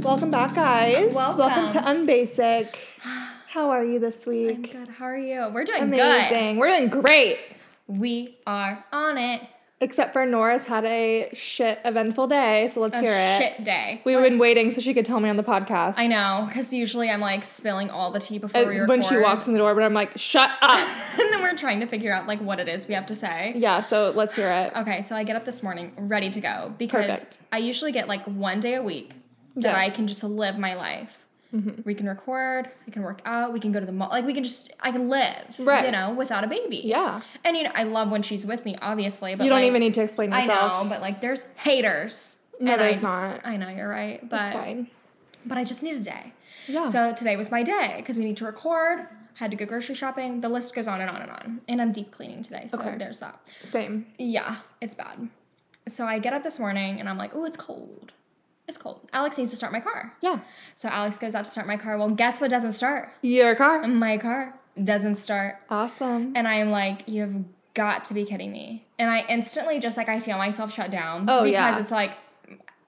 Welcome back, guys. Welcome. to Unbasic. How are you this I'm week? good. How are you? We're doing Amazing. We're doing great. good. We are on it. Except for Nora's had a shit eventful day, so let's A hear it. shit day. We've been waiting so she could tell me on the podcast. I know, because usually I'm like spilling all the tea before Uh, we record. When she walks in the door, but I'm like, shut up. and then we're trying to figure out like what it is we have to say. yeah, so let's hear it. Okay, so I get up this morning ready to go because Perfect. I usually get like one day a week that I Yes. Mm-hmm. can just live my life. We can record, we can work out, we can go to the mall, like we can just I can live, Right. you know, without a baby. Yeah. And you know, I love when she's with me, obviously, but You don't like, even need to explain I yourself. know, but like there's haters. No, And I- there's not. I know you're right, but It's fine. but I just need a day. Yeah. So today was my day because we need to record. Had to go grocery shopping. The list goes on and on and on. And I'm deep cleaning today, so Okay. there's that. Same. Yeah, it's bad. So I get up this morning and I'm like, oh, it's cold. It's cold. Alex needs to start my car. Yeah. So Alex goes out to start my car. Well, guess what doesn't start? Your car. My car doesn't start. Awesome. And I'm like, you've got to be kidding me. And I instantly just like I feel myself shut down. Oh, because yeah. it's like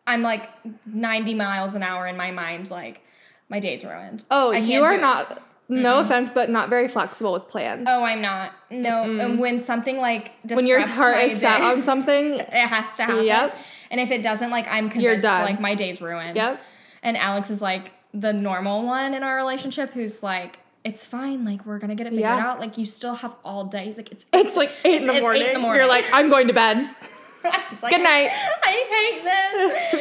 I'm like 90 miles an hour in my mind, like my day's ruined. Oh, I you can't are do it. Mm-hmm. not. No offense, but not very flexible with plans. Oh, I'm not. No, and when something like disrupts when your heart my is set day, on something, it has to happen. Yep. And if it doesn't, like I'm convinced done. like my day's ruined. Yep. And Alex is like the normal one in our relationship who's like, it's fine, like we're gonna get it figured Yeah. out. Like you still have all day. He's like, it's it's like eight, in, the it's eight in the morning, morning. You're like, I'm going to bed. He's like, Good night. I hate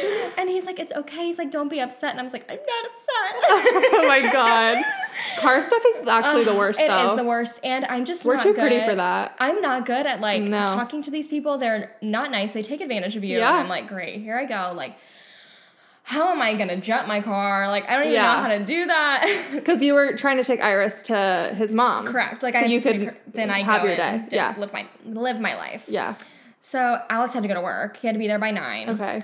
this. And he's like, it's okay. He's like, don't be upset. And I was like, I'm not upset. oh my god, car stuff is actually the worst. It is though the worst. And I'm just we're not too pretty good- for that. I'm not good at like No. talking to these people. They're not nice. They take advantage of you. Yeah. And I'm like, great, here I go. Like, how am I gonna jump my car? Like, I don't even Yeah. know how to do that. Because you were trying to take Iris to his mom. Correct. Like, so I have you to could take her- then I have go your day. and d- Yeah, live my live my life. yeah. So Alex had to go to work. He had to be there by nine. Okay.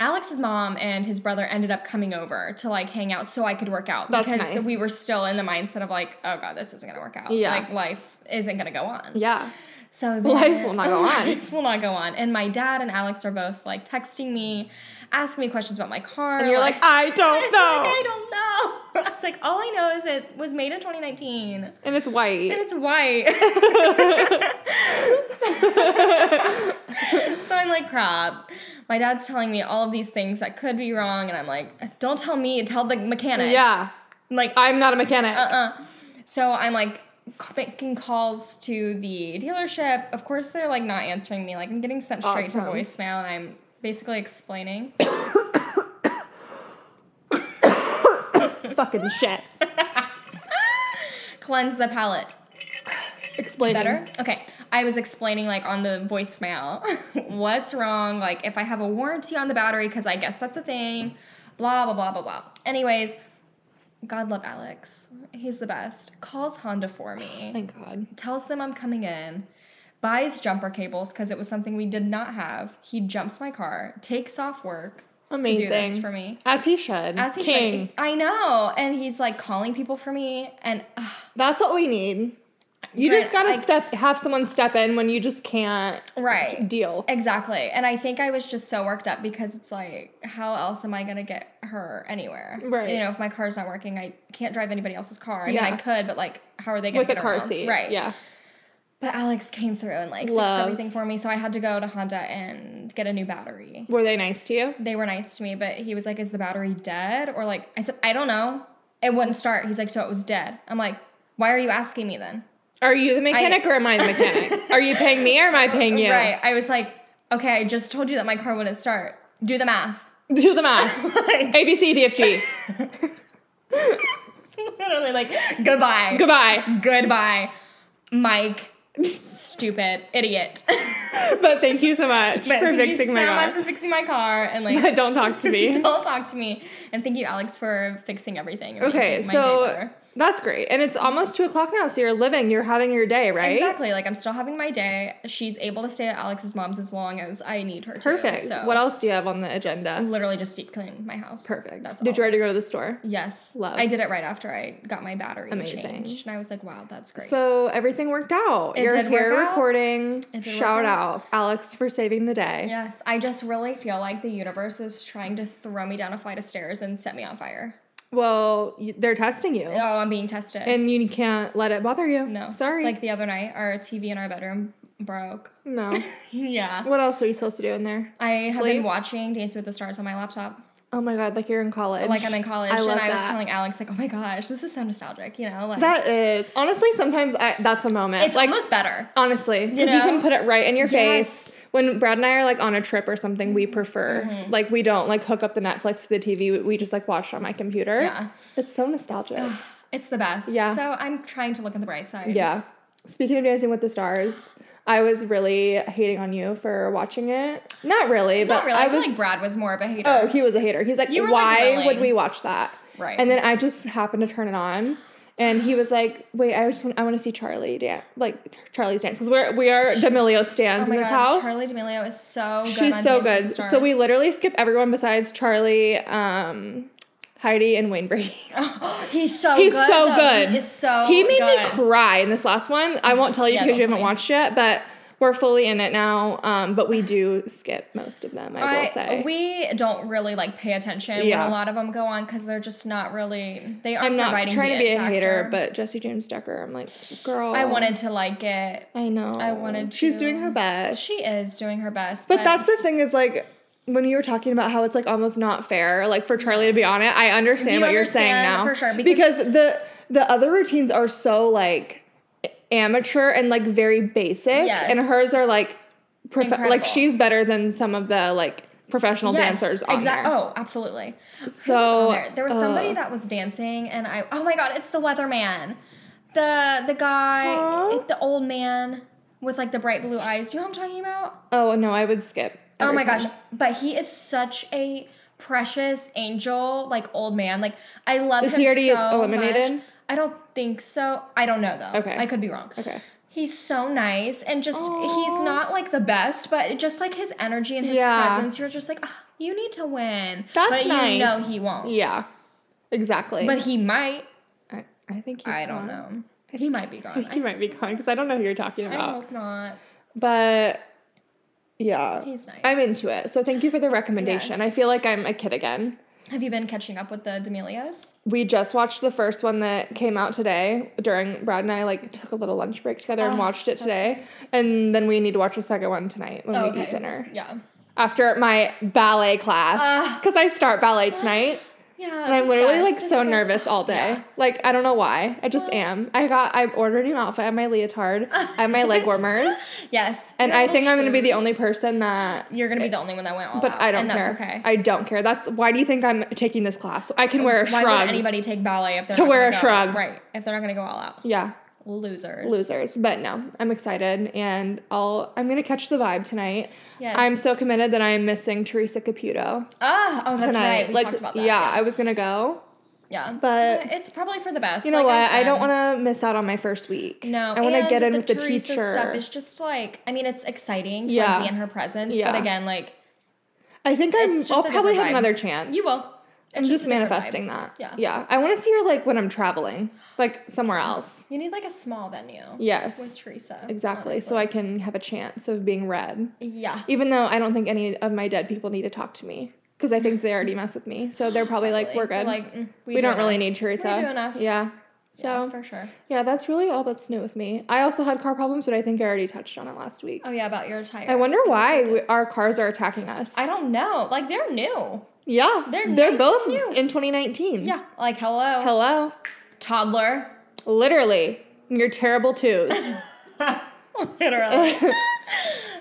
Alex's mom and his brother ended up coming over to like hang out so I could work out That's because nice. we were still in the mindset of like, oh god, this isn't gonna work out. Yeah. Like life isn't gonna go on. Yeah. So Life will not go on. Life will not go on. And my dad and Alex are both like texting me, asking me questions about my car. And you're like, "Oh, I don't like, know. I don't know. I was like, all I know is it was made in 2019 and and it's white. it's white. so I'm like, crap. My dad's telling me all of these things that could be wrong, and I'm like, don't tell me, tell the mechanic. yeah. Like, uh-uh. I'm not a mechanic. Uh, so I'm like ca- making calls to the dealership. Of course, they're like not answering me. Like, I'm getting sent straight to Awesome. voicemail, and I'm basically explaining. Fucking shit. Cleanse the palate. Explain Better? Okay. I was explaining, like, on the voicemail what's wrong, like, if I have a warranty on the battery, because I guess that's a thing, blah, blah, blah, blah, blah. Anyways, God love Alex. He's the best. Calls Honda for me, Thank God. tells them I'm coming in, buys jumper cables because it was something we did not have. He jumps my car, takes off work Amazing to do this for me. As he should. As he King. should. I know. And he's like calling people for me. And uh, That's what we need. You Right, just gotta like- step, have someone step in when you just can't right. deal. Exactly. And I think I was just so worked up because it's like, how else am I going to get her anywhere? Right. You know, if my car's not working, I can't drive anybody else's car. I mean, Yeah. I could, but like, how are they going With to a get car around? seat. Right. Yeah. But Alex came through and like Love. fixed everything for me. So I had to go to Honda and get a new battery. Were they nice to you? They were nice to me, but he was like, is the battery dead? Or like, I said, I don't know. It wouldn't start. He's like, so it was dead. I'm like, why are you asking me then? Are you the mechanic or am I the mechanic? Are you paying me or am I paying you? Right. I was like, okay, I just told you that my car wouldn't start. Do the math. Do the math. A, B, C, D, F, G. Literally, like, goodbye. Goodbye. Goodbye. Mike, stupid idiot. But thank you so much But for thank you fixing so my much car. for fixing my car and like Don't talk to me. don't talk to me. And thank you, Alex, for fixing everything. and Okay, making my day so better. That's great. And it's almost two o'clock now, so you're living, you're having your day, right? Exactly. Like I'm still having my day. She's able to stay at Alex's mom's as long as I need her to. Perfect. So What else do you have on the agenda? literally just deep clean my house. Perfect. That's Did you all. already go to the store? Yes. Love. I did it right after I got my battery Amazing. changed. And I was like, wow, that's great. So everything worked out. It you're did here work out. recording. It did work Shout out out. Alex for saving the day. yes. I just really feel like the universe is trying to throw me down a flight of stairs and set me on fire. Well, y- they're testing you. Oh, I'm being tested. And you can't let it bother you. no. Sorry. Like the other night, our TV in our bedroom broke. no. yeah. what else are you supposed to do in there? I have Sleep? been watching Dance with the Stars on my laptop. Oh my god, like you're in college. Like I'm in college. I love and I was that. telling Alex, like, oh my gosh, this is so nostalgic, you know? Like That is honestly sometimes I, that's a moment. it's like almost better. honestly, because you, know? can put it right in your Yes. face. When Brad and I are like on a trip or something, we prefer Mm-hmm. like we don't like hook up the Netflix to the TV. We, we just like watch it on my computer. Yeah. it's so nostalgic. It's the best. Yeah. So I'm trying to look on the bright side. yeah. Speaking of Dancing with the Stars, I was really hating on you for watching it. Not really, but Not really. I, I, feel was like Brad was more of a hater. Oh, he was a hater. He's like, You were, like, why willing." would we watch that? Right. And then I just happened to turn it on, and he was like, wait, I just want, I want to see Charlie dance, like Charlie's dance, because we're we are D'Amelio stands Oh my in this god, house. Charlie D'Amelio is so good. She's on so Dancing with good. the So we Stars. literally skip everyone besides Charlie, um, Heidi, and Wayne Brady. he's so He's Oh, good. so though. good. He is so He made me good. cry in this last one. I won't tell you Yeah, because you don't tell haven't me. watched it, but we're fully in it now. Um, but we do skip most of them. I will I- say. we don't really like pay attention Yeah. when a lot of them go on because they're just not really. They aren't I'm not providing trying the to be a it hater, factor. but Jesse James Decker, I'm like, girl. I wanted to like it. I know. I wanted She's to. doing her best. She is doing her best, But that's the thing is like when you were talking about how it's like almost not fair, like for Charlie to be on it. I understand Do you what you're saying understand? now, For sure, because- because, the the other routines are so like amateur and like very basic, Yes. and hers are like, prof- like Incredible. she's better than some of the like professional Yes, dancers on exact- there. Oh, absolutely. Who was So, on there? there was somebody uh, that was dancing, and I. Oh my god! It's the weatherman, the the guy, Huh? the old man with like the bright blue eyes. Do you know what I'm talking about? Oh, no, I would skip. oh every my time. gosh! But he is such a precious angel, like old man. Like I love Is him he already so eliminated? much. I don't think so. I don't know though. Okay. I could be wrong. Okay. He's so nice and just he's Aw. not like the best, but just like his energy and his Yeah. presence, you're just like, "Ah, you need to win. That's but nice. you know he won't. Yeah, exactly. But he might. I, I think he's I gone. don't know. He might be gone. He might be gone because I don't know who you're talking I, about. hope not. But yeah, He's nice. I'm into it. So thank you for the recommendation. I Yes. feel like I'm a kid again. Have you been catching up with the D'Amelios? We just watched the first one that came out today during Brad and I like took a little lunch break together and Oh, watched it that's today. nice. And then we need to watch the second one tonight when we eat dinner Oh, Yeah. after my ballet class Ugh. because I start Uh. ballet tonight. Yeah. And I'm literally discuss, like so discuss. nervous all day. Yeah. Like I don't know why. I just Well- am. I got I ordered a new outfit. I have my leotard. I have my leg warmers. Yes. And Your I little think I'm gonna be the shoes. only person that You're gonna be the only one that went all But out, I don't and care. That's okay. I don't care. That's why do you think I'm taking this class? I can wear a Why shrug. would anybody take ballet if they're To not wear gonna a go- shrug. Right. If they're not gonna go all out. yeah, Losers. losers. But no, I'm excited, and I'll. I'm gonna catch the vibe tonight. Yes. I'm so committed that I am missing Teresa Caputo Ah, oh, that's tonight. right. We like, talked about that. Yeah, I was gonna go. yeah. but- Yeah, it's probably for the best. You know like what? I, don't said. want to miss out on my first week. No, I want to and get in with the Teresa teacher. Stuff is just like I mean, it's exciting to Yeah. like, be in her presence, Yeah. but again, like I think it's I'm. just I'll a probably different have vibe. another chance. you will. It's I'm just a different vibe. manifesting that. Yeah. Yeah. I want to see her like when I'm traveling, like somewhere else. You need like a small venue. Yes. With Teresa. Exactly. So I can have a chance of being read. Yeah. Even though I don't think any of my dead people need to talk to me because I think they already mess with me. So they're probably like, we're good. Like mm, we we, do don't really enough. need Teresa. do enough. Yeah. Yeah, So, yeah, for sure. that's really all that's new with me. I also had car problems, but I think I already touched on it last week. Oh yeah, about your tire. I wonder why we, our cars are attacking us. I don't know. Like they're new. yeah. They're They're, nice both and new. in 2019. Yeah. Like hello. Hello. Toddler. Literally. You're terrible twos. Literally.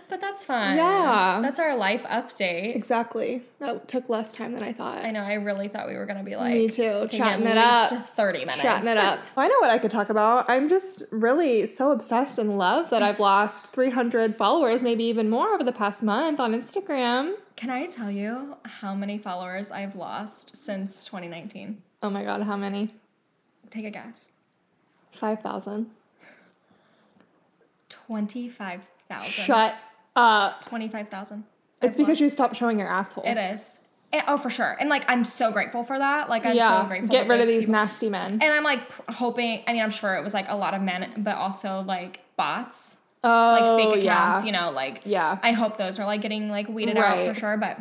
but that's fine. Yeah. That's our life update. exactly. That took less time than I thought. I know. I really thought we were gonna be like Me too. taking Chatting at it up. least Thirty minutes. Chatting it up. I know what I could talk about. I'm just really so obsessed and love that I've lost 300 followers, maybe even more over the past month on Instagram. Can I tell you how many followers I've lost since 2019? Oh my god, how many? Take a guess. 5,000. 25,000. Shut up. 25,000. It's because you stopped showing your asshole. It is. It- oh, for sure. And like, I'm so grateful for that. Like, I'm yeah. so grateful. Get that rid of there's these people- nasty men. And I'm like pr- hoping. I mean, I'm sure it was like a lot of men, but also like bots, oh, like fake yeah. accounts. You know, like Yeah. I hope those are like getting like weeded out Right. for sure. But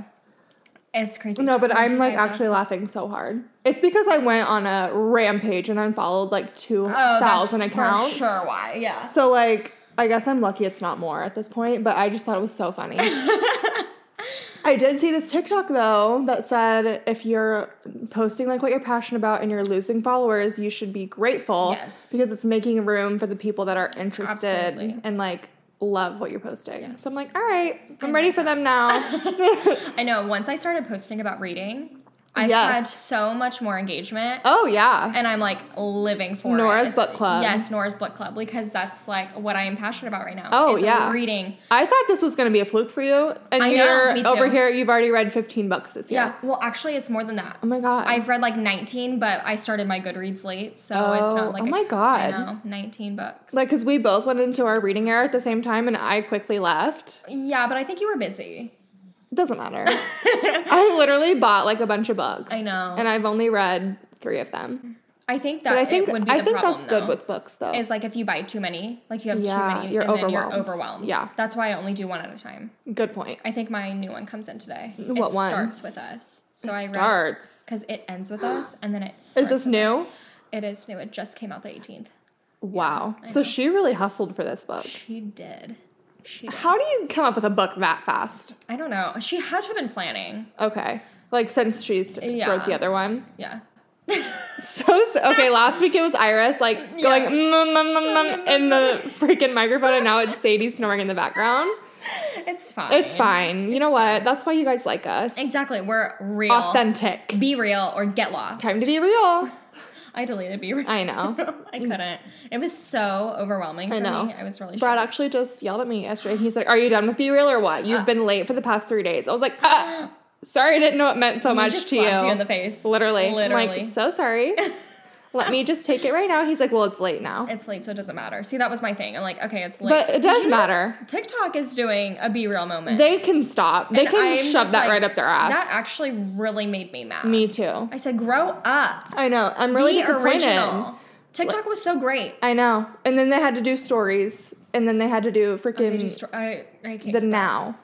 it's crazy. No, but I'm like 25,000. actually laughing so hard. It's because I went on a rampage and unfollowed like two Oh, that's thousand for accounts. Sure, why? Yeah. So like, I guess I'm lucky it's not more at this point. But I just thought it was so funny. I did see this TikTok though that said if you're posting like what you're passionate about and you're losing followers, you should be grateful. Yes. Because it's making room for the people that are interested Absolutely. and like love what you're posting. So I'm Yes. like, all right, I'm ready for them now. I know. Once I started posting about reading, I've Yes. had so much more engagement. oh yeah. and I'm like living for Nora's it. Book Club. Yes, Nora's Book Club because that's like what I am passionate about right now. Oh, is yeah. reading. I thought this was going to be a fluke for you, and I know, you're me too. over here. You've already read 15 books this year. Yeah. Well, actually, it's more than that. Oh my god. I've read like 19, but I started my Goodreads late, so it's Oh, not like oh a- my God. I know, 19 books. like because we both went into our reading era at the same time, and I quickly left. yeah, but I think you were busy. It doesn't matter. I literally bought like a bunch of books. I know. and I've only read three of them. I think that But I it think would be I the think problem, that's good though, with books though. Is like if you buy too many, like you have Yeah, too many, you're and then you're overwhelmed. overwhelmed. Yeah. that's why I only do one at a time. good point. I think my new one comes in today. What it one? Starts with us. So I read Starts. because it ends with us and then it Is starts this with new? us. it is new it just came out the 18th Wow. I so know. she really hustled for this book. she did she did. How do you come up with a book that fast? i don't know she had to have been planning Okay. Like since she's Yeah. wrote the other one. yeah So, so okay, last week it was Iris like going mm, Yeah. mm, mm, mm, mm, in the freaking microphone, and now it's Sadie snoring in the background. it's fine It's fine. You know what? That's why you guys like us. exactly we're real Authentic. be real or get lost Time to be real. i deleted be real I know. i couldn't it was so overwhelming for I know. me i was really Brad stressed. actually just yelled at me yesterday. He's like, "Are you done with Be Real or what? You've Uh. been late for the past three days." I was like, ah, "Sorry, I didn't know it meant so He much just to slapped you." you in the face Literally, I'm literally like, so sorry. Let me just take it right now. He's like, "Well, it's late now." it's late, so it doesn't matter. See, that was my thing. I'm like, okay, it's late. But it Did does you notice matter. TikTok is doing a be real moment. They can stop. They And can I'm shove just that like, right up their ass. That actually really made me mad. Me too. I said, grow up. I know. I'm really Be disappointed. original. TikTok was so great. I know. And then they had to do stories, and then they had to do They freaking do sto- I, I can't. the keep up. now,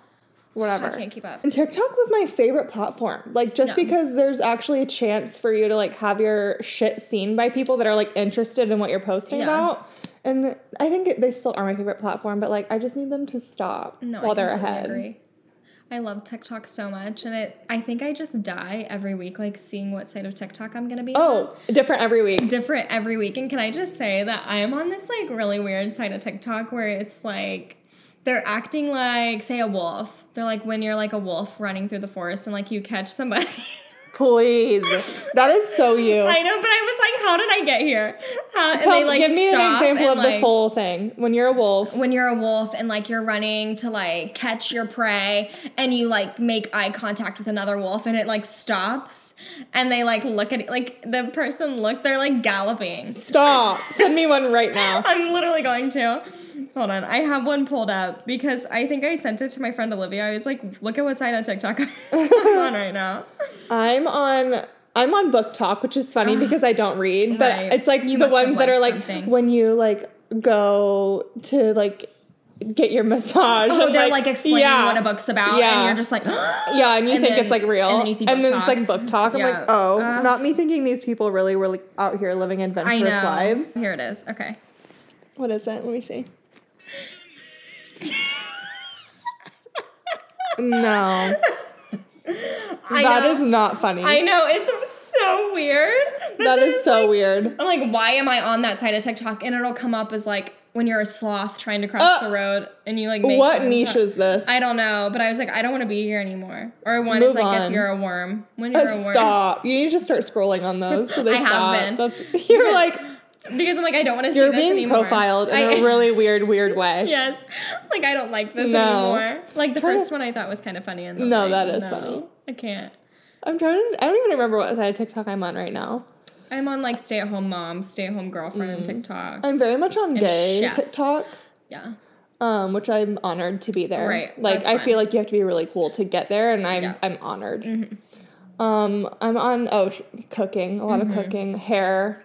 whatever. I can't keep up. And TikTok was my favorite platform. Like just No. because there's actually a chance for you to like have your shit seen by people that are like interested in what you're posting Yeah. about. And I think it, they still are my favorite platform, but like I just need them to stop No, while I they're completely ahead. Agree. I love TikTok so much, and it. I think I just die every week, like seeing what side of TikTok I'm gonna be. on. Oh, different every week. different every week. And can I just say that I am on this like really weird side of TikTok where it's like they're acting like, say, a wolf. They're like when you're like a wolf running through the forest and like you catch somebody. Please, that is so you. I know, but I was like, how did I get here? How, and Tell, they like give me an stop example and, of the like, full thing. When you're a wolf, when you're a wolf and like you're running to like catch your prey and you like make eye contact with another wolf and it like stops and they like look at it like the person looks they're like galloping stop. Send me one right now. I'm literally going to. Hold on. I have one pulled up because I think I sent it to my friend Olivia. I was like, look at what side of TikTok I'm on right now. I'm on I'm on book talk, which is funny because I don't read, but Right. it's like You the must have ones that are like liked something. when you like go to like get your massage. Oh, I'm they're like, explaining yeah, what a book's about, Yeah. and you're just like, yeah, and you and think then- it's like real, and then you see book it's talk. like book talk. I'm Yeah. like, oh, Uh. not me thinking these people really were like out here living I adventurous know. lives. Here it is. Okay. What is it? Let me see. No, I that know. is not funny. I know. It's so weird. that is so weird. I'm like, why am I on that side of TikTok? And it'll come up as like when you're a sloth trying to cross Uh, the road and you like make What contact. niche is this? I don't know, but I was like, I don't want to be here anymore. Or one Move is like on. if you're a worm. When you're a worm. Stop. You need to start scrolling on those. So they I have stop. been. That's, you're like, Because I'm like, I don't want to see you're this being anymore. profiled in I- a really weird, weird way. yes. Like I don't like this No. anymore. Like the Trying to- first one I thought was kind of funny and then No, I'm that like, is no, funny. I can't. I'm trying to, I don't even remember what side of TikTok I'm on right now. I'm on like stay at home mom, stay at home girlfriend Mm. TikTok. I'm very much on gay chef. TikTok, yeah. um, which I'm honored to be there. Right, Like that's I fine. feel like you have to be really cool to get there, and I'm Yeah. Mm-hmm. I'm honored. Um, I'm on oh sh- cooking a lot of cooking hair.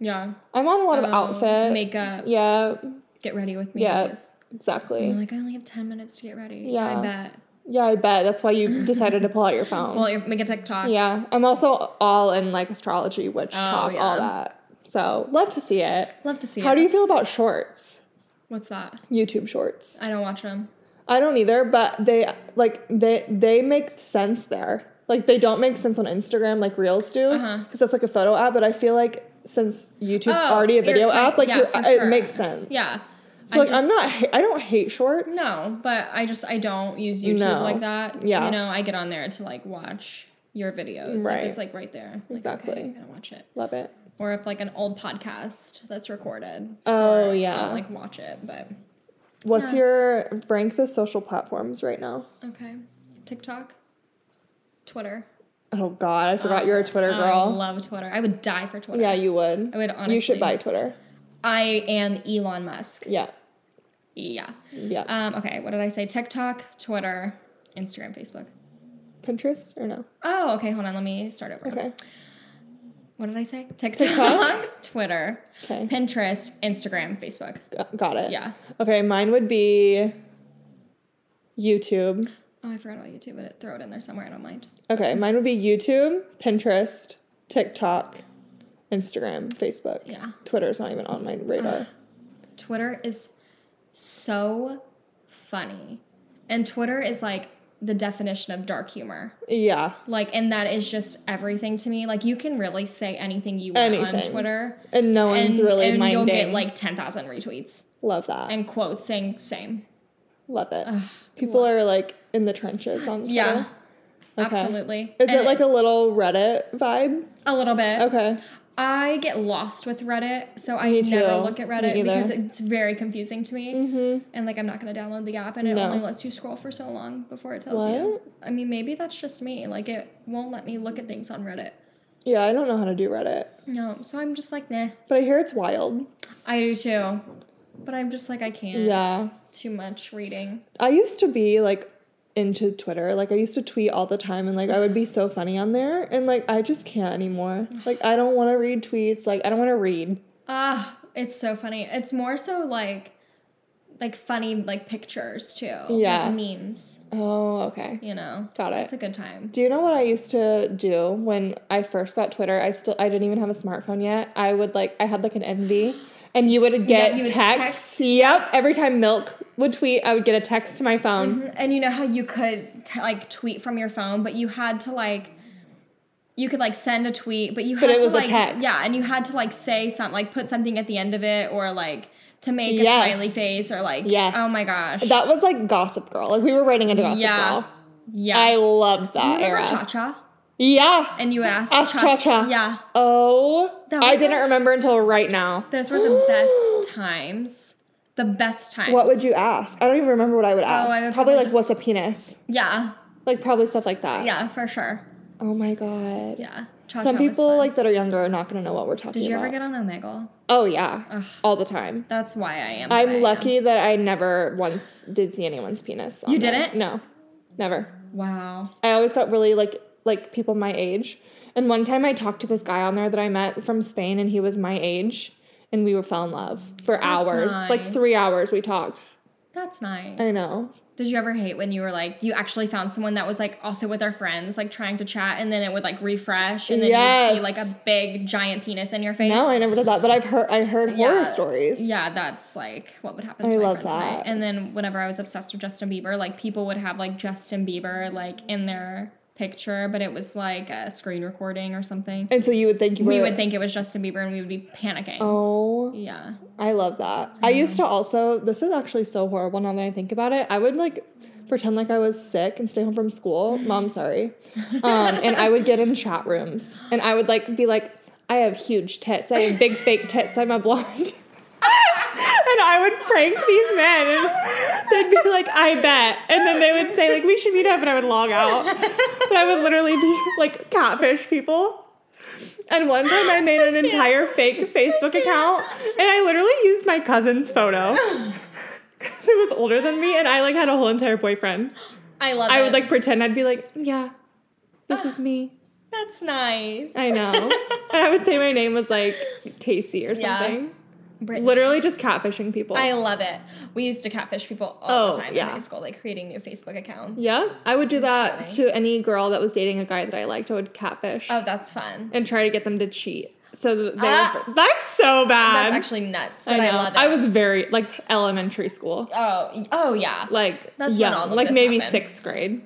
Yeah. I'm on a lot of Um, outfit. Makeup. yeah, Get ready with me. Yeah. please. exactly. You're like, I only have 10 minutes to get ready. Yeah. I bet. Yeah, I bet that's why you decided to pull out your phone. Well, if- make a TikTok. yeah, I'm also all in like astrology, witch talk, all Oh, yeah. that. So love to see it. Love to see How it. do you feel about shorts? What's that? YouTube shorts. I don't watch them. I don't either, but they like they they make sense there. Like they don't make sense on Instagram like Reels do because Uh-huh. that's like a photo app. But I feel like since YouTube's Oh, already a you're video kind- app, like yeah, you're- for it sure. makes sense. Yeah. So I like I'm just- not ha- I don't hate shorts. No, but I just I don't use YouTube No. like that. Yeah. You know, I get on there to like watch your videos. Right. If it's like right there. Like, Exactly. Okay, I'm gonna watch it. love it. Or if like an old podcast that's recorded. Oh I'll yeah. like watch it, but What's yeah. your rank the social platforms right now? okay. TikTok, Twitter. Oh God, I forgot you're a Twitter Oh, I girl. love Twitter. I would die for Twitter. yeah, you would. I would honestly. you should buy Twitter. I am Elon Musk. Yeah, Yeah. yeah. Um, okay, what did I say? TikTok, Twitter, Instagram, Facebook. Pinterest or no? Oh, okay, hold on. Let me start over. Okay, What did I say? TikTok? TikTok, Twitter, okay, Pinterest, Instagram, Facebook. G- got it. Yeah. Okay, mine would be YouTube. Oh, I forgot about YouTube, but throw it in there somewhere. I don't mind. Okay, mine would be YouTube, Pinterest, TikTok, Instagram, Facebook. Yeah. Twitter's not even on my radar. Twitter is so funny. And Twitter is like the definition of dark humor. yeah, Like, and that is just everything to me. Like, you can really say anything you want Anything. on Twitter. and no And, one's really and minding. you'll get like 10,000 retweets love that. and quotes saying same. love it. People are like in the trenches on Twitter. Yeah. Okay. Absolutely. Is And it like a little Reddit vibe? a little bit? Okay. I get lost with Reddit, so I Me never too. look at Me Reddit neither. Mm-hmm. because it's very confusing to me. And like, I'm not gonna download the app, and it No. only lets you scroll for so long before it tells you. I mean, maybe that's just me. Like, it won't let me look at things on Reddit. Yeah, I don't know how to do Reddit, No, so I'm just like, nah. but I hear it's wild. I do too, but I'm just like, I can't. Yeah. Too much reading. I used to be like into Twitter. Like I used to tweet all the time and like I would be so funny on there and like I just can't anymore. Like I don't want to read tweets. Like I don't want to read. Ah, it's so funny. It's more so like, like funny like pictures too. Yeah. Like memes. Oh, okay. You know. Got It's a it. good time. Do you know what I used to do when I first got Twitter? I still I didn't even have a smartphone yet. I would like I had like an envy and you would get you would texts. text. Yep. Every time Milk would tweet, I would get a text to my phone. And you know how you could t- like tweet from your phone, but you had to like you could like send a tweet, but you had it to was a like text. yeah, and you had to like say something, like put something at the end of it, or like to make a Yes. smiley face, or like Yes. oh my gosh, That was like Gossip Girl. Like we were writing into Gossip yeah, Girl. yeah. I loved that era. Cha cha, Yeah. and you asked Ask Cha-Cha. yeah. Oh, That I was didn't it? remember until right now. Those were the best times, the best times. What would you ask? I don't even remember what I would ask. Oh, I probably, would probably like, just- what's a penis? yeah, Like, probably stuff like that. yeah, for sure, Oh my god. yeah. Cha Some people like that are younger are not gonna know what we're talking Did you about. ever get on Omegle? oh yeah, all the time. That's why I am. I'm what I am. lucky that I never once did see anyone's penis. on You there. didn't? No, never. Wow. I always got really like like people my age. And one time I talked to this guy on there that I met from Spain and he was my age and we were fell in love for hours. Like nice. 3 hours we talked. That's nice. I know. Did you ever hate when you were like, you actually found someone that was like also with our friends, like trying to chat, and then it would like refresh, and then you'd Yes. see like a big giant penis in your face? No, I never did that, but I've heard I heard horror Yeah. stories. Yeah, that's like what would happen. I To my love friends and I. that. And then whenever I was obsessed with Justin Bieber, like people would have like Justin Bieber like in their picture, but it was like a screen recording or something. And so you would think you were we would think it was Justin Bieber, and we would be panicking. Oh, Yeah. I love that. I used to also this is actually so horrible now that I think about it. I would like pretend like I was sick and stay home from school. Mom, sorry. Um, and I would get in chat rooms and I would like be like, I have huge tits. I have big fake tits. I'm a blonde. and I would prank these men and they'd be like, I bet. And then they would say, like, we should meet up and I would log out. But I would literally be like catfish people. And one time I made an entire fake Facebook account and I literally used my cousin's photo. It was older than me and I like had a whole entire boyfriend. I love I it. would like pretend I'd be like, yeah, this is me. That's nice. I know. and I would say my name was like Casey or Yeah. something. Brittany. Literally just catfishing people. I love it. We used to catfish people all Oh, the time yeah. in high school, like creating new Facebook accounts. yeah, I would do that funny. to any girl that was dating a guy that I liked. I would catfish Oh, that's fun. and try to get them to cheat. So that they Ah. would, that's so bad. That's actually nuts, I but I, know. love it. I was very like elementary school. Oh, y- oh yeah. Like That's when young, all of like this maybe happened. sixth grade.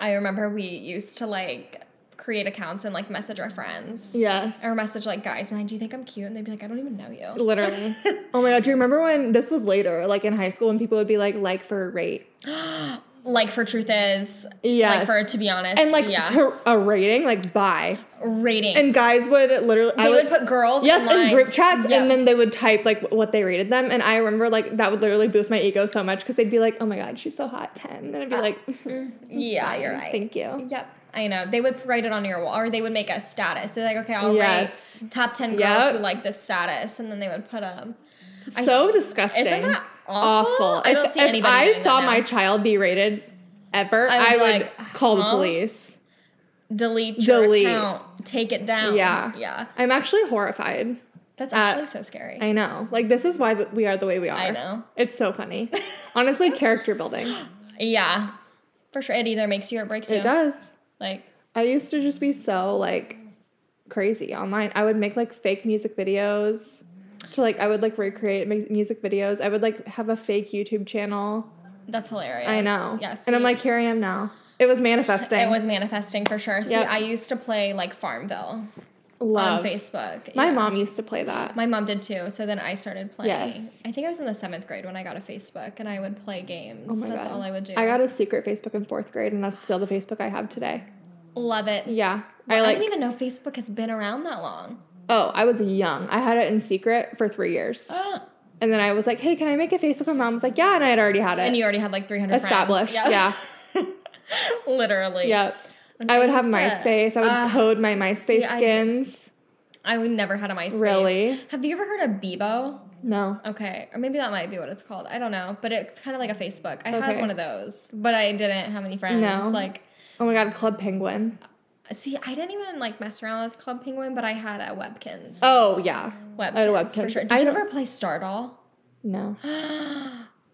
I remember we used to like create accounts and like message our friends. Yes. Or message like guys, man, do you think I'm cute? And they'd be like, I don't even know you. Literally. oh my god, do you remember when this was later, like in high school when people would be like like for a rate? Like for truth is, Yes. like for to be honest, and like yeah, to a rating, like bye. rating. And guys would literally they would, put girls Yes, in, in lines. group chats, Yeah. and then they would type like what they rated them, and I remember like that would literally boost my ego so much because they'd be like, "Oh my god, she's so hot, 10. and I'd be like, yeah, Uh, you're "Mm, right. thank you." Yep. I know. They would write it on your wall or they would make a status. They're like, okay, I'll Yes. write top 10 girls Yep. who like this status. And then they would put them. So disgusting. Isn't that awful? I don't if, see if anybody. I doing that saw now. my child be rated ever, I I would would, be like, call the huh? police. delete your Delete. account, take it down. Yeah. Yeah. I'm actually horrified. That's Uh, actually so scary. I know. Like this is why th- we are the way we are. I know. It's so funny. Honestly, character building. yeah. For sure. It either makes you or breaks you. It does. Like, I used to just be so like crazy online. I would make like fake music videos to like I would like recreate mu- music videos. I would like have a fake YouTube channel. that's hilarious. I know. Yes. And I'm like, here I am now. It was manifesting. it was manifesting for sure. See, Yep. I used to play like Farmville love. on Facebook. My Yeah. mom used to play that. My mom did too. So then I started playing. Yes. I think I was in the seventh grade when I got a Facebook and I would play games. Oh my that's God. all I would do. I got a secret Facebook in fourth grade, and that's still the Facebook I have today. love it. Yeah, I, I like. didn't even know Facebook has been around that long. oh, I was young. I had it in secret for three years, Oh. and then I was like, "Hey, can I make a Facebook?" My mom was like, "Yeah," and I had already had it. And you already had like 300 established. friends. Yeah, Literally. yeah. When I would have used to- MySpace. I would Ah, code my MySpace see, I did- skins. I would never had a MySpace. Really? Have you ever heard of Bebo? No. Okay, or maybe that might be what it's called. I don't know, but it's kind of like a Facebook. I had Okay. one of those, but I didn't have any friends. No. Like, Oh my god, Club Penguin. see, I didn't even like mess around with Club Penguin, but I had a Webkins. Oh yeah. Webkins, I had a for Webkins. sure. Did I you don't- ever play Stardoll? No.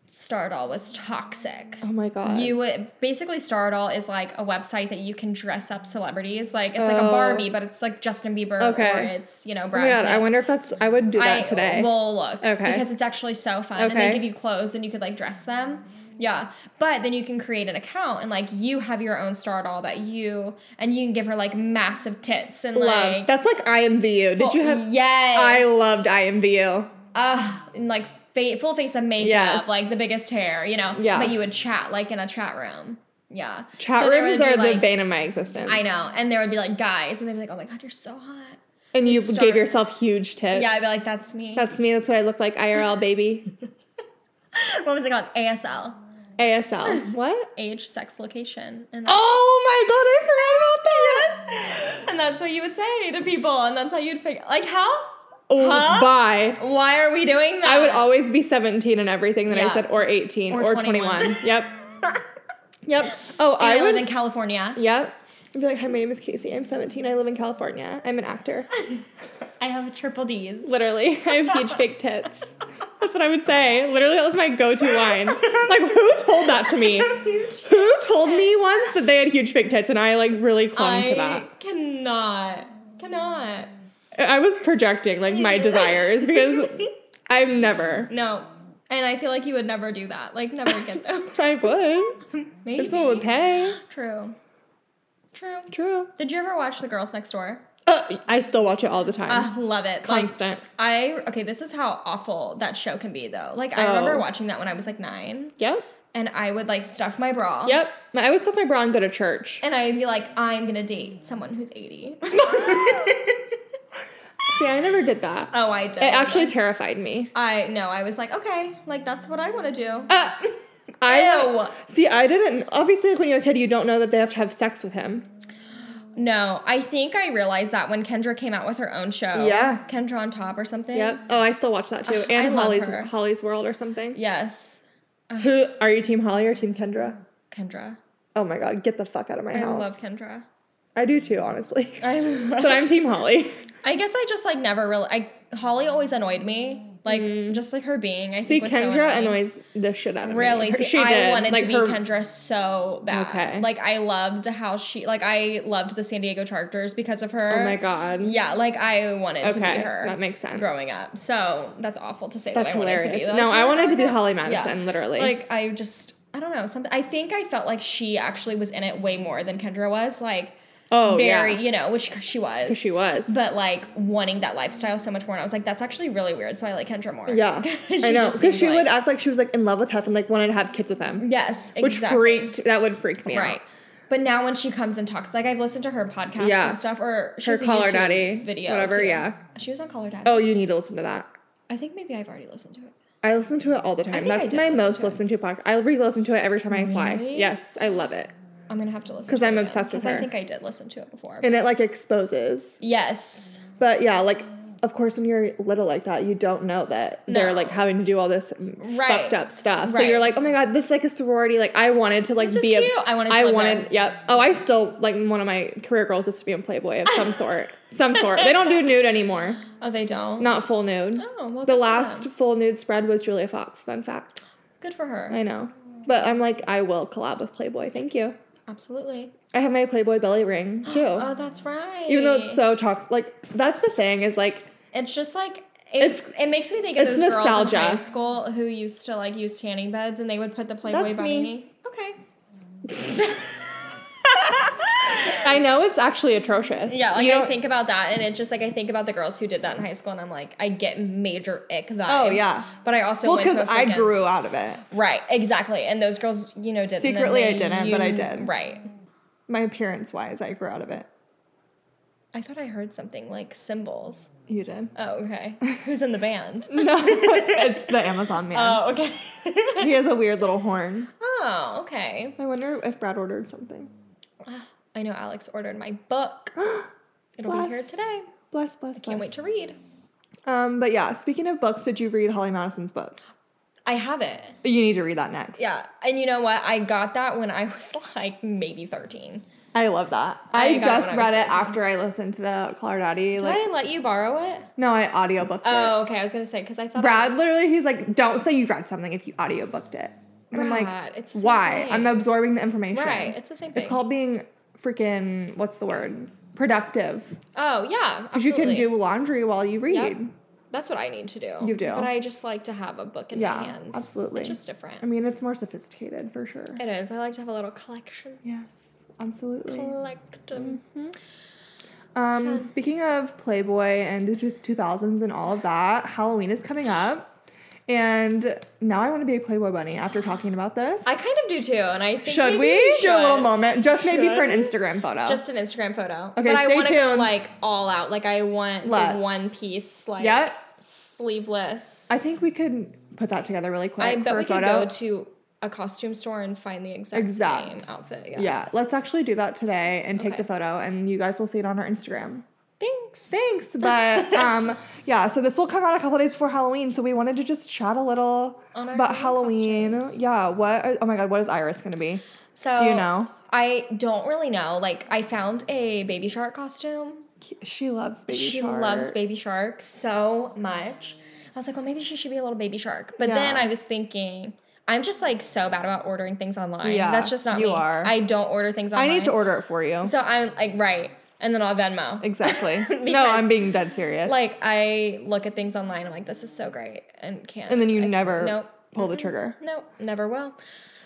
Stardoll was toxic. Oh my god. You would basically Stardoll is like a website that you can dress up celebrities. Like it's like a Oh. Barbie, but it's like Justin Bieber or Okay. it's you know Oh Brad. my god. Pitt. I wonder if that's. I would do that I today. will look. Okay. Because it's actually so fun. And they Okay. give you clothes and you could like dress them. Yeah. But then you can create an account and like you have your own star doll that you and you can give her like massive tits and Love. like that's like IMVU. Did you have? Yes. I loved IMVU. uh and like fa- full face of makeup, Yes. like the biggest hair, you know. Yeah. But you would chat like in a chat room. Yeah. Chat So there rooms would be, are the like- bane of my existence. I know. And there would be like guys and they'd be like, Oh my god, you're so hot. And you start- gave yourself huge tips. Yeah, I'd be like, That's me. that's me. That's what I look like, IRL baby. what was it called? ASL. ASL. What? Age, sex, location. And that's Oh my god, I forgot about that. And that's what you would say to people, and that's how you'd figure. Like, how? Oh, Huh? bye. Why are we doing that? I would always be 17 and everything that Yeah. I said, or 18, Or or, 21. 21. yep. Yep. Oh, I, I live would. in California. yep. I'd be like, hi, my name is Casey. I'm 17. I live in California. I'm an actor. I have triple D's. Literally, I have huge fake tits. That's what I would say. Literally, that was my go-to line. Like, who told that to me? Who told me once that they had huge fake tits, and I like really clung to I that. cannot, cannot. I was projecting like my desires because I've never. No, and I feel like you would never do that. Like, never get them. I would Maybe. if someone would pay. True. True. True. Did you ever watch The Girls Next Door? Uh, I still watch it all the time. I love it. Uh, Like, Mm-hmm. Constant. I okay. This is how awful that show can be, though. Like, I remember Oh. watching that when I was like nine, Yep. and I would like stuff my bra. Yep. I would stuff my bra and go to church. And I'd be like, I'm gonna date someone who's 80. See, I never did that. oh, I did. it actually terrified me. I no, I was like, okay, like that's what I want to do. Uh, I Ew. see. I didn't. Obviously, like when you're a kid, you don't know that they have to have sex with him. No, I think I realized that when Kendra came out with her own show. Yeah. Kendra on Top or something. Yep. Oh, I still watch that too. Ugh, Uh, I and love Holly's her. Holly's World or something. Yes, Who are you, Team Holly or Team Kendra? Kendra. Oh my God, get the fuck out of my I house. love Kendra. I do too, honestly. I love. but I'm Team Holly. I guess I just like never really. I Holly always annoyed me. Like just like her being. I Mm-hmm. See, think was Kendra so annoying. annoys the shit out of me. Really, Her- see, she I did. wanted like to be her, Kendra so bad. Okay. Like I loved how she, like I loved the San Diego Chargers because of her. Oh my God. Yeah, like I wanted to be Okay, her. that makes sense. Growing up, so that's awful to say That's that I wanted hilarious. to be. no, like, I wanted to be yeah. Holly Madison, literally. Like I just, I don't know. Something. I think I felt like she actually was in it way more than Kendra was. Like oh very, yeah, you know, which she was. she was. but like wanting that lifestyle so much more, and I was like, that's actually really weird. So I like Kendra more. Yeah, She I know just because she seemed would like- act like she was like in love with Huff and like wanted to have kids with him, Yes, which exactly. freaked that would freak me Right. out. But now when she comes and talks, like I've listened to her podcast Yeah. and stuff, or she Her has a Call Her YouTube Daddy, video, whatever, too. yeah. she was on Call Her Daddy. Oh, you need to listen to that. I think maybe I've already listened to it. I listen to it all the time. think I That's did my listen most to it. listened to podcast. I re-listen to it every time I fly. Really? Yes, I love it, I'm gonna have to listen 'Cause to it I'm again, obsessed with 'cause her. I think I did listen to it before. and it like exposes. yes, But yeah, like of course when you're little like that, you don't know that they're No. like having to do all this Right. fucked up stuff. So Right. you're like, oh my god, this is like a sorority. Like I wanted to like This is be cute. a. I wanted to I live wanted. there. Yep. Oh, I still like one of my career goals is to be in Playboy of some sort. Some sort. They don't do nude anymore. oh they don't. Not full nude. oh, well, good the for last them. full nude spread was Julia Fox. Fun fact. good for her. I know. But I'm like, I will collab with Playboy. Thank you. Absolutely. I have my Playboy belly ring too. Oh, that's right. Even though it's so toxic, like that's the thing is like it's just like. It, It's- it makes me think of it's those girls in high nostalgia. school who used to like use tanning beds and they would put the Playboy That's bunny. me. Okay. I know it's actually atrocious. Yeah, like You I don't- think about that, and it's just like I think about the girls who did that in high school, and I'm like, I get major ick vibes. Oh, yeah. but I also Well, went to because a I freaking- grew out of it. right exactly, and those girls, you know, did Secretly, I didn't, but I did. Right. My appearance wise, I grew out of it. I thought I heard something like cymbals. You did. Oh, okay. Who's in the band? No, it's the Amazon man. oh, okay. He has a weird little horn. oh, okay. I wonder if Brad ordered something. I know Alex ordered my book. It'll be here Bless. today. Bless, bless, bless. Can't wait to read. Um, but yeah, speaking of books, did you read Holly Madison's book? I have it. You need to read that next. Yeah, and you know what? I got that when I was like maybe 13. I love that. I I, got it just when I was read it 13. after I listened to the Coloradati. Did Like, I let you borrow it? no, I audiobooked it. Oh, okay. I was gonna say because I thought I- Brad literally, he's like, don't say you read something if you audiobooked it. And I'm Brad, like, it's the same why? thing. I'm absorbing the information. right. It's the same thing. It's called being freaking, what's the word? Productive. Oh yeah, Because you can do absolutely. laundry while you read. Yep. That's what I need to do. You do. But I just like to have a book in Yeah, my hands. absolutely. It's just different. I mean, it's more sophisticated for sure. it is. I like to have a little collection. Yes, absolutely. Collectum. Um, speaking of Playboy and the two- 2000s and all of that, Halloween is coming up. And now I want to be a Playboy bunny after talking about this. I kind of do too, and I think should maybe we? should. Do a little moment. Just maybe for an Should? Instagram photo. Just an Instagram photo. Okay, but I stay wanna go, tuned. like all out. Like I want like Let's. one piece, like Yep. sleeveless. I think we could put that together really quick I bet for we a could photo. go to a costume store and find the exact, Exact. same outfit. yeah. let's actually do that today and take Okay. the photo, and you guys will see it on our Instagram. Thanks. Thanks, but um, yeah. So this will come out a couple days before Halloween, so we wanted to just chat a little On our about Halloween Halloween. costumes. Yeah. What? Oh my God. What is Iris gonna be? So Do you know? I don't really know. Like I found a baby shark costume. She loves baby she shark. loves baby sharks so much. I was like, well, maybe she should be a little baby shark. But then Yeah. I was thinking, I'm just like so bad about ordering things online. Yeah, that's just not you me. are. I don't order things I online. need to order it for you. So I'm like, right, and then I'll Venmo. exactly. no, Because, I'm being dead serious. Like I look at things online. I'm like, this is so great, and can't. and then you I- never Nope. pull the trigger. No, never will.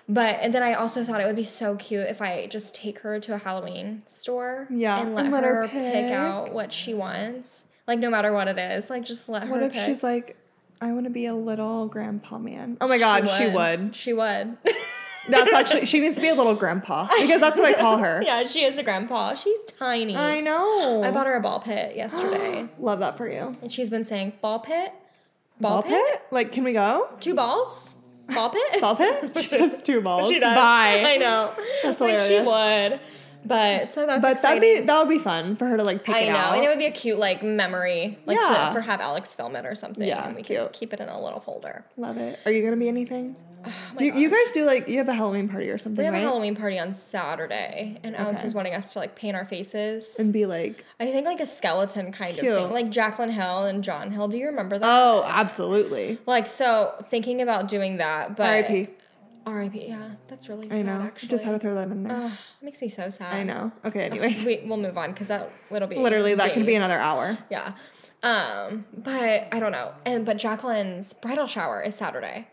But and then I also thought it would be so cute if I just take her to a Halloween store. Yeah, And let, and let her her, pick. pick. out what she wants. Like no matter what it is. Like just let What her if pick. she's like, I want to be a little grandpa man? Oh my God, she would. She would. That's actually she needs to be a little grandpa because that's what I call her. yeah, she is a grandpa. She's tiny. I know. I bought her a ball pit yesterday. Love that for you. and she's been saying ball pit. Ball Ball, pit? Like, can we go? Two balls? Ball pit? Ball pit? She has two balls. She does. Bye. I know. That's like she hilarious. would. But so that's But that'd exciting. be that would be fun for her to like pick I it know, out. and it would be a cute like memory, like Yeah. to, for have Alex film it or something. Yeah, and we cute. could keep it in a little folder. Love it. Are you gonna be anything? Oh my Do you, God. you guys do like you have a Halloween party or something, we have right? a Halloween party on Saturday, and Alex Okay. is wanting us to like paint our faces. and be like, I think like a skeleton kind Cute. of thing, like Jacqueline Hill and John Hill. Do you remember that? oh, absolutely. Like so, thinking about doing that, but R.I.P. R.I.P. Yeah, that's really I sad. know. Actually, Um, Just had to throw that in there. Ugh, makes me so sad. I know. Okay. Anyways, We, we'll move on because that it'll be literally that could be days. another hour. Yeah. Um, but I don't know. And but Jacqueline's bridal shower is Saturday.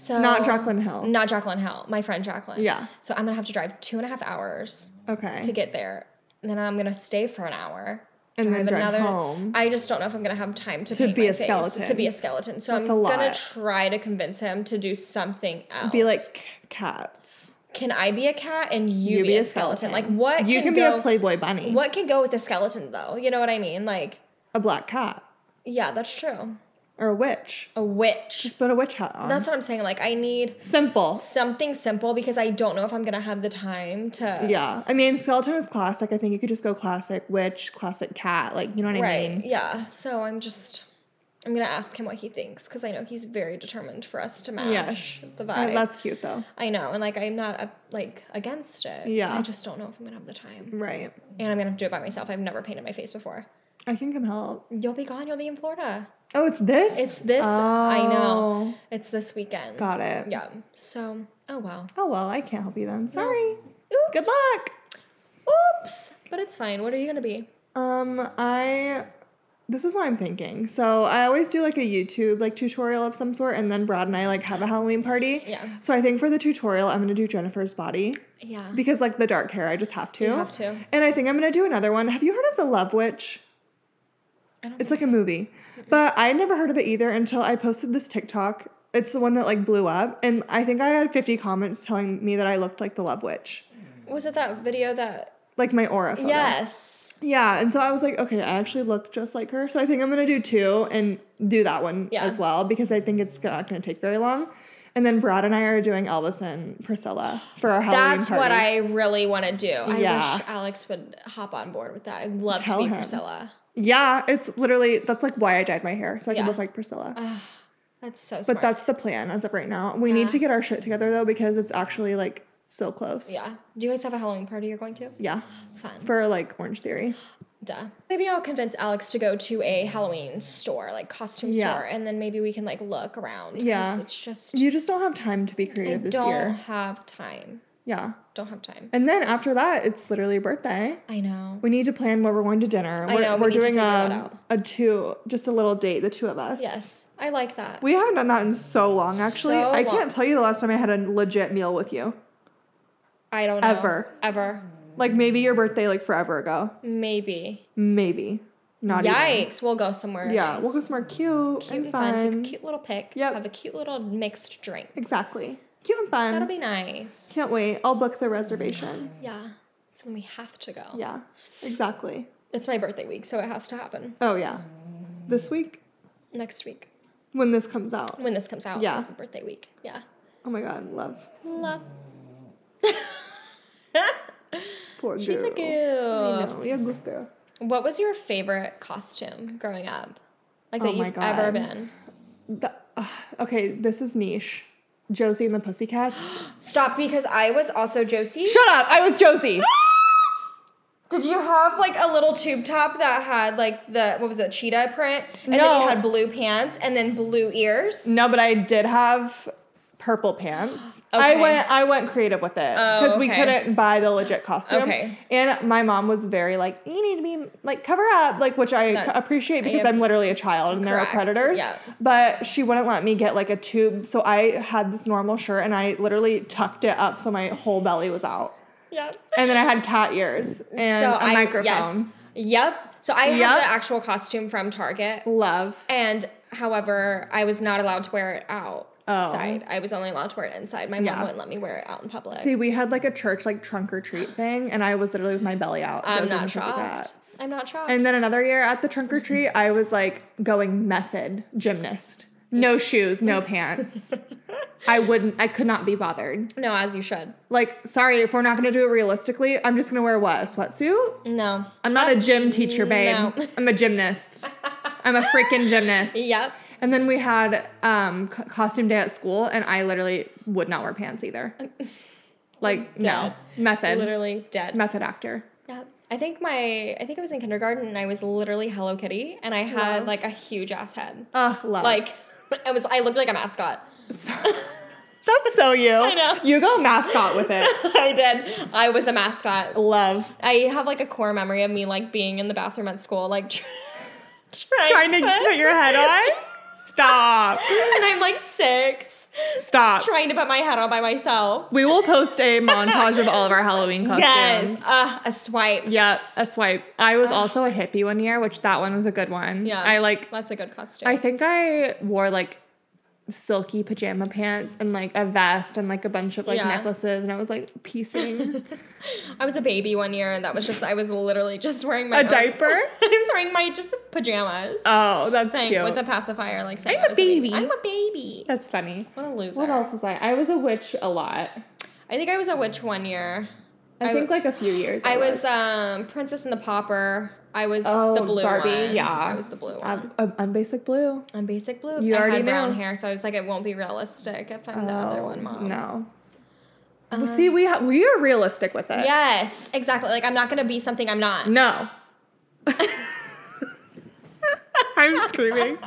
So Not Jacqueline Hill. Not Jacqueline Hill, my friend Jacqueline. Yeah. So I'm gonna have to drive two and a half hours Okay. to get there. And then I'm gonna stay for an hour. And then drive home. I just don't know if I'm gonna have time to, To paint be my a face, skeleton. To be a skeleton. So That's I'm a gonna lot. try to convince him to do something else. be like c- cats. Can I be a cat and you, be, a skeleton? Like what You can, be go- a Playboy bunny. what can go with a skeleton though? You know what I mean? Like, A black cat yeah, that's true. or a witch. a witch. Just put a witch hat on. That's what I'm saying. Like, I need simple. something simple because I don't know if I'm gonna have the time to. Yeah. I mean, skeleton is classic. I think you could just go classic witch, classic cat. Like, you know what I Right. mean? Yeah. So I'm just. I'm gonna ask him what he thinks because I know he's very determined for us to match Yes. the Uh, vibe. That's cute though. I know, and like I'm not uh, like against it. Yeah. I just don't know if I'm gonna have the time, Right. and I'm gonna have to do it by myself. I've never painted my face before. I can come help. You'll be gone. You'll be in Florida. Oh, it's this? It's this. I Oh, know. It's this weekend. Got it. Yeah. So. Oh wow. Oh, well, I can't help you then. Sorry. Oops. Good luck. Oops. But it's fine. What are you gonna be? Um, I this is what I'm thinking. So I always do like a YouTube like tutorial of some sort, and then Brad and I like have a Halloween party. Yeah. So I think for the tutorial, I'm gonna do Jennifer's body Yeah. because like the dark hair, I just have to. You have to. And I think I'm gonna do another one. Have you heard of the Love Witch? I don't It's like a movie, but I had never heard of it either until I posted this TikTok. It's the one that like blew up, and I think I had 50 comments telling me that I looked like the Love Witch, Was it that video that? like my aura photo. Yes. Yeah, and so I was like, okay, I actually look just like her, so I think I'm gonna do two and do that one Yeah. as well because I think it's not gonna take very long. And then Brad and I are doing Elvis and Priscilla for our Halloween That's party. what I really want to do. I Yeah. wish Alex would hop on board with that. I'd love Tell to be him. Priscilla. Yeah, it's literally that's like why I dyed my hair so I Yeah. can look like Priscilla. That's so smart. but that's the plan as of right now. We Yeah. need to get our shit together though because it's actually like so close. yeah. Do you guys have a Halloween party you're going to? Yeah, Fun. for like Orange Theory. Duh. Maybe I'll convince Alex to go to a Halloween store, like costume Yeah. store, and then maybe we can like look around. 'cause Yeah. It's just You just don't have time to be I creative this don't year. have time. Yeah, Don't have time. and then after that, it's literally a birthday. I know. We need to plan where we're going to dinner. I We're, know, we we're need to doing figure that a, out. a two, just a little date, the two of us. Yes. I like that. We haven't done that in so long, actually. So I long. can't tell you the last time I had a legit meal with you. I don't know. Ever. Ever. Like maybe your birthday, like forever ago. Maybe. Maybe. Not even. Yikes. We'll go somewhere. Yeah, nice. we'll go somewhere cute, cute and and fun. fun. Take a cute little pic. Yep. Have a cute little mixed drink. Exactly. Cute and fun. That'll be nice. can't wait. I'll book the reservation. Yeah. So then we have to go. Yeah, exactly. It's my birthday week, so it has to happen Oh, yeah. This week, next week when this comes out. when this comes out. Yeah. Birthday week. Yeah. Oh my God, love. Love. Poor She's girl. a I goof. know, you're a goof girl. What was your favorite costume growing up? Like that Oh my you've God. ever been. The, uh, okay, this is niche. Josie and the Pussycats. Stop because I was also Josie. Shut up! I was Josie. Did you have like a little tube top that had like the what was it, cheetah print? And then No. you had blue pants and then blue ears? no, but I did have purple pants. I Okay. Oh, went I went creative with it because we okay. couldn't buy the legit costume. Okay. And my mom was very like, "You need to be like cover up," like which I That- c- appreciate because am- I'm literally a child and there are Correct, predators. yeah. But she wouldn't let me get like a tube, so I had this normal shirt and I literally tucked it up so my whole belly was out. Yeah. And then I had cat ears and a microphone. Yep. So I Yep. had the actual costume from Target, Love. and however, I was not allowed to wear it outside. I was only allowed to wear it inside. My mom Oh. Yeah. wouldn't let me wear it out in public. See, we had like a church like trunk or treat thing, and I was literally with my belly out. Josie I'm and not the shocked. Pussycats. I'm not shocked. And then another year at the trunk or treat, I was like going method gymnast, no shoes, no pants. I wouldn't. I could not be bothered. No, as you should. Like, sorry, if we're not gonna do it realistically, I'm just gonna wear what a sweatsuit. No. I'm not a gym teacher, babe. Um, no. I'm a gymnast. I'm a freaking gymnast. Yep. And then we had um, co- costume day at school, and I literally would not wear pants either. Like Dead. no method, Literally dead. method actor. Yeah. I think my I think I was in kindergarten and I was literally Hello Kitty and I had Love. like a huge ass head. Uh, love. Like I was I looked like a mascot. that's so you. I know. You go mascot with it. I did. I was a mascot. Love. I have like a core memory of me like being in the bathroom at school like tr- Trying to put your head on. Stop. and I'm like 6 Stop. trying to put my head on by myself. We will post a montage of all of our Halloween costumes. Yes. Uh, a swipe. Yeah, a swipe. I was also a hippie one year, which that one was a good one. Yeah. I like That's a good costume. I think I wore like silky pajama pants and like a vest and like a bunch of like Yeah. necklaces and I was like piecing I was a baby one year, and that was just I was literally just wearing my a own- diaper. I was wearing my just pajamas, Oh, that's saying cute. with a pacifier, like saying I'm a I was baby. baby. I'm a baby. that's funny. What a loser. What else was I? I was a witch a lot. I think I was a witch one year. I, I think w- like a few years. I was um Princess and the Pauper. I was oh the blue Barbie. one. Yeah, I was the blue one. I'm, I'm, I'm basic blue. I'm basic blue. You I already had brown knew. hair, so I was like, it won't be realistic if I'm the other Oh, one, mom. No. Um, See, we ha- we are realistic with it. Yes, exactly. Like I'm not gonna be something I'm not. No. I'm screaming.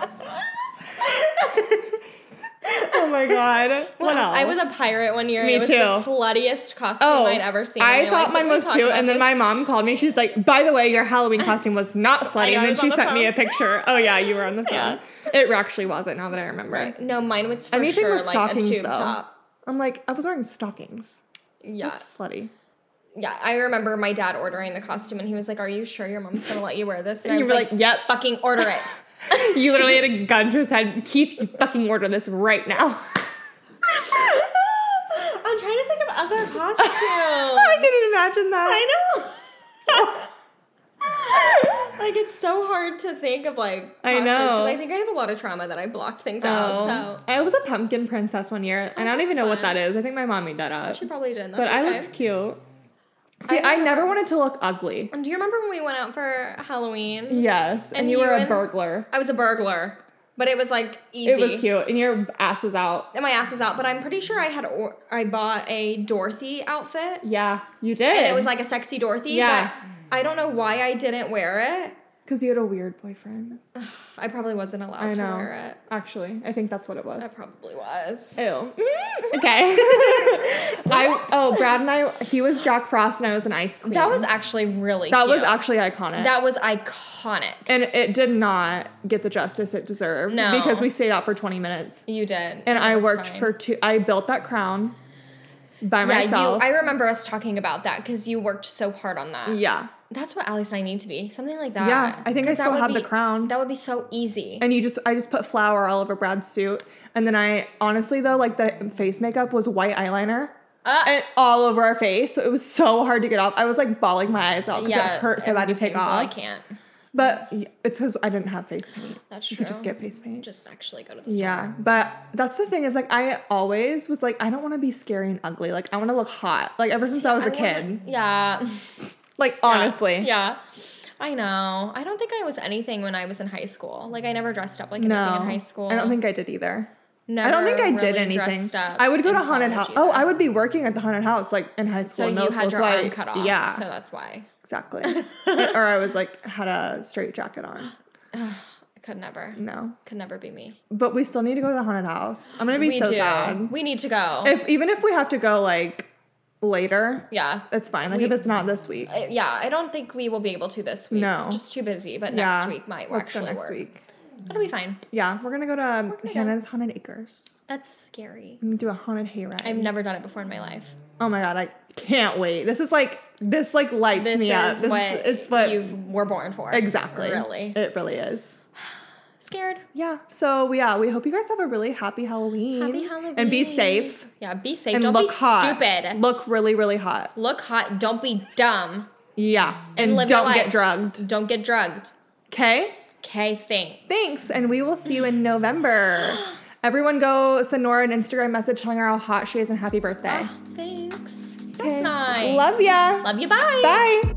oh my god. What else? I was a pirate one year. Me it was too. Oh, the sluttiest costume I'd ever seen. I And you're like, thought mine "Didn't we was talk too, about and then this?" my mom called me. She's like, "By the way, your Halloween costume was not slutty." And know, I then was she on the sent me a phone. picture. Oh yeah, you were on the phone. It actually wasn't. Now that I remember, Like, no, mine was for Anything sure with like a stockings, tube though. top. I'm like, I was wearing stockings. Yeah, That's slutty. yeah. I remember my dad ordering the costume, and he was like, "Are you sure your mom's gonna let you wear this?" And, I And you was were like, like, "Yep." "Fucking order it." You literally had a gun to his head. Keith, you fucking order this right now. I'm trying to think of other I costumes. can imagine that. know. like it's so hard to think of like I costumes, 'cause know. Oh. I think I have a lot of trauma that I blocked things out. So I was a pumpkin princess one year, and I don't that's even know what fun. that is. I think my mom made that up. she probably didn't. That's But I okay. looked cute. See, I I, never wanted to look ugly. Do you remember when we went out for Halloween? Yes, and, And you, you were a and- burglar. I was a burglar, but it was like easy. It was cute, and your ass was out. And my ass was out, but I'm pretty sure I had or- I bought a Dorothy outfit, Yeah, you did. and it was like a sexy Dorothy. Yeah. But I don't know why I didn't wear it. because you had a weird boyfriend. I probably wasn't allowed I to know. wear it. Actually, I think that's what it I was. probably was. Ew. okay. I oh Brad and I he was Jack Frost and I was an ice queen. That was actually really. that was cute. actually iconic. That was iconic. and it did not get the justice it deserved No. because we stayed out for 20 minutes You did. and It I was worked fine. for two. I built that crown by Yeah, myself. you. I remember us talking about that because you worked so hard on that. yeah, That's what Alex and I need to be. Something like that. Yeah, I think I 'Cause that still would have the be- crown. That would be so easy. and you just I just put flour all over Brad's suit, and then I honestly though like the face makeup was white eyeliner. Ah. and all over our face, so it was so hard to get off. I was like bawling my eyes out because it hurt so would bad to be take painful. I off. can't. But y- it's because I didn't have face paint. That's You true. could just get face paint. Just actually go to the store. yeah, but that's the thing is like I always was like I don't want to be scary and ugly. Like I want to look hot. Like ever since I was a a kid. yeah. Like honestly. Yeah. I know. I don't think I was anything when I was in high school. Like I never dressed up like anything No, in high school. I don't think I did either. Never I don't think I did really anything. dressed up I would go in to haunted house. college Oh, either. I would be working at the haunted house like in high school. So and you middle had school, your so arm I- cut off. Yeah, So that's why exactly. or I was like had a straight jacket on. I could never. No, Could never be me. but we still need to go to the haunted house. I'm gonna be we so do. sad. We need to go. If even if we have to go like later, yeah. it's fine. Like We- if it's not this week, Uh, yeah, I don't think we will be able to this week. No. Just too busy, but yeah. next week might Let's actually go next work. week. That'll be fine. Yeah, we're gonna go to um, go. Hannah's Haunted Acres That's scary. and do a haunted hayride. I've never done it before in my life. oh my god, I can't wait. This is like this like lights This me up. is This what it's what you were born for. Exactly. Really. It really is. Scared. Yeah. So yeah, we hope you guys have a really happy Halloween. Happy Halloween. And be safe. Yeah, be safe. And don't look be hot. stupid. Look really, really hot. Look hot. Don't be dumb. Yeah. And live your don't get life. drugged. Don't get drugged. Okay? Okay, thanks. Thanks. And we will see you in November. Everyone go send Nora an Instagram message telling her Oh, how hot she is and happy birthday. Ah, thanks. That's Okay. nice. Love ya. Love you. Bye.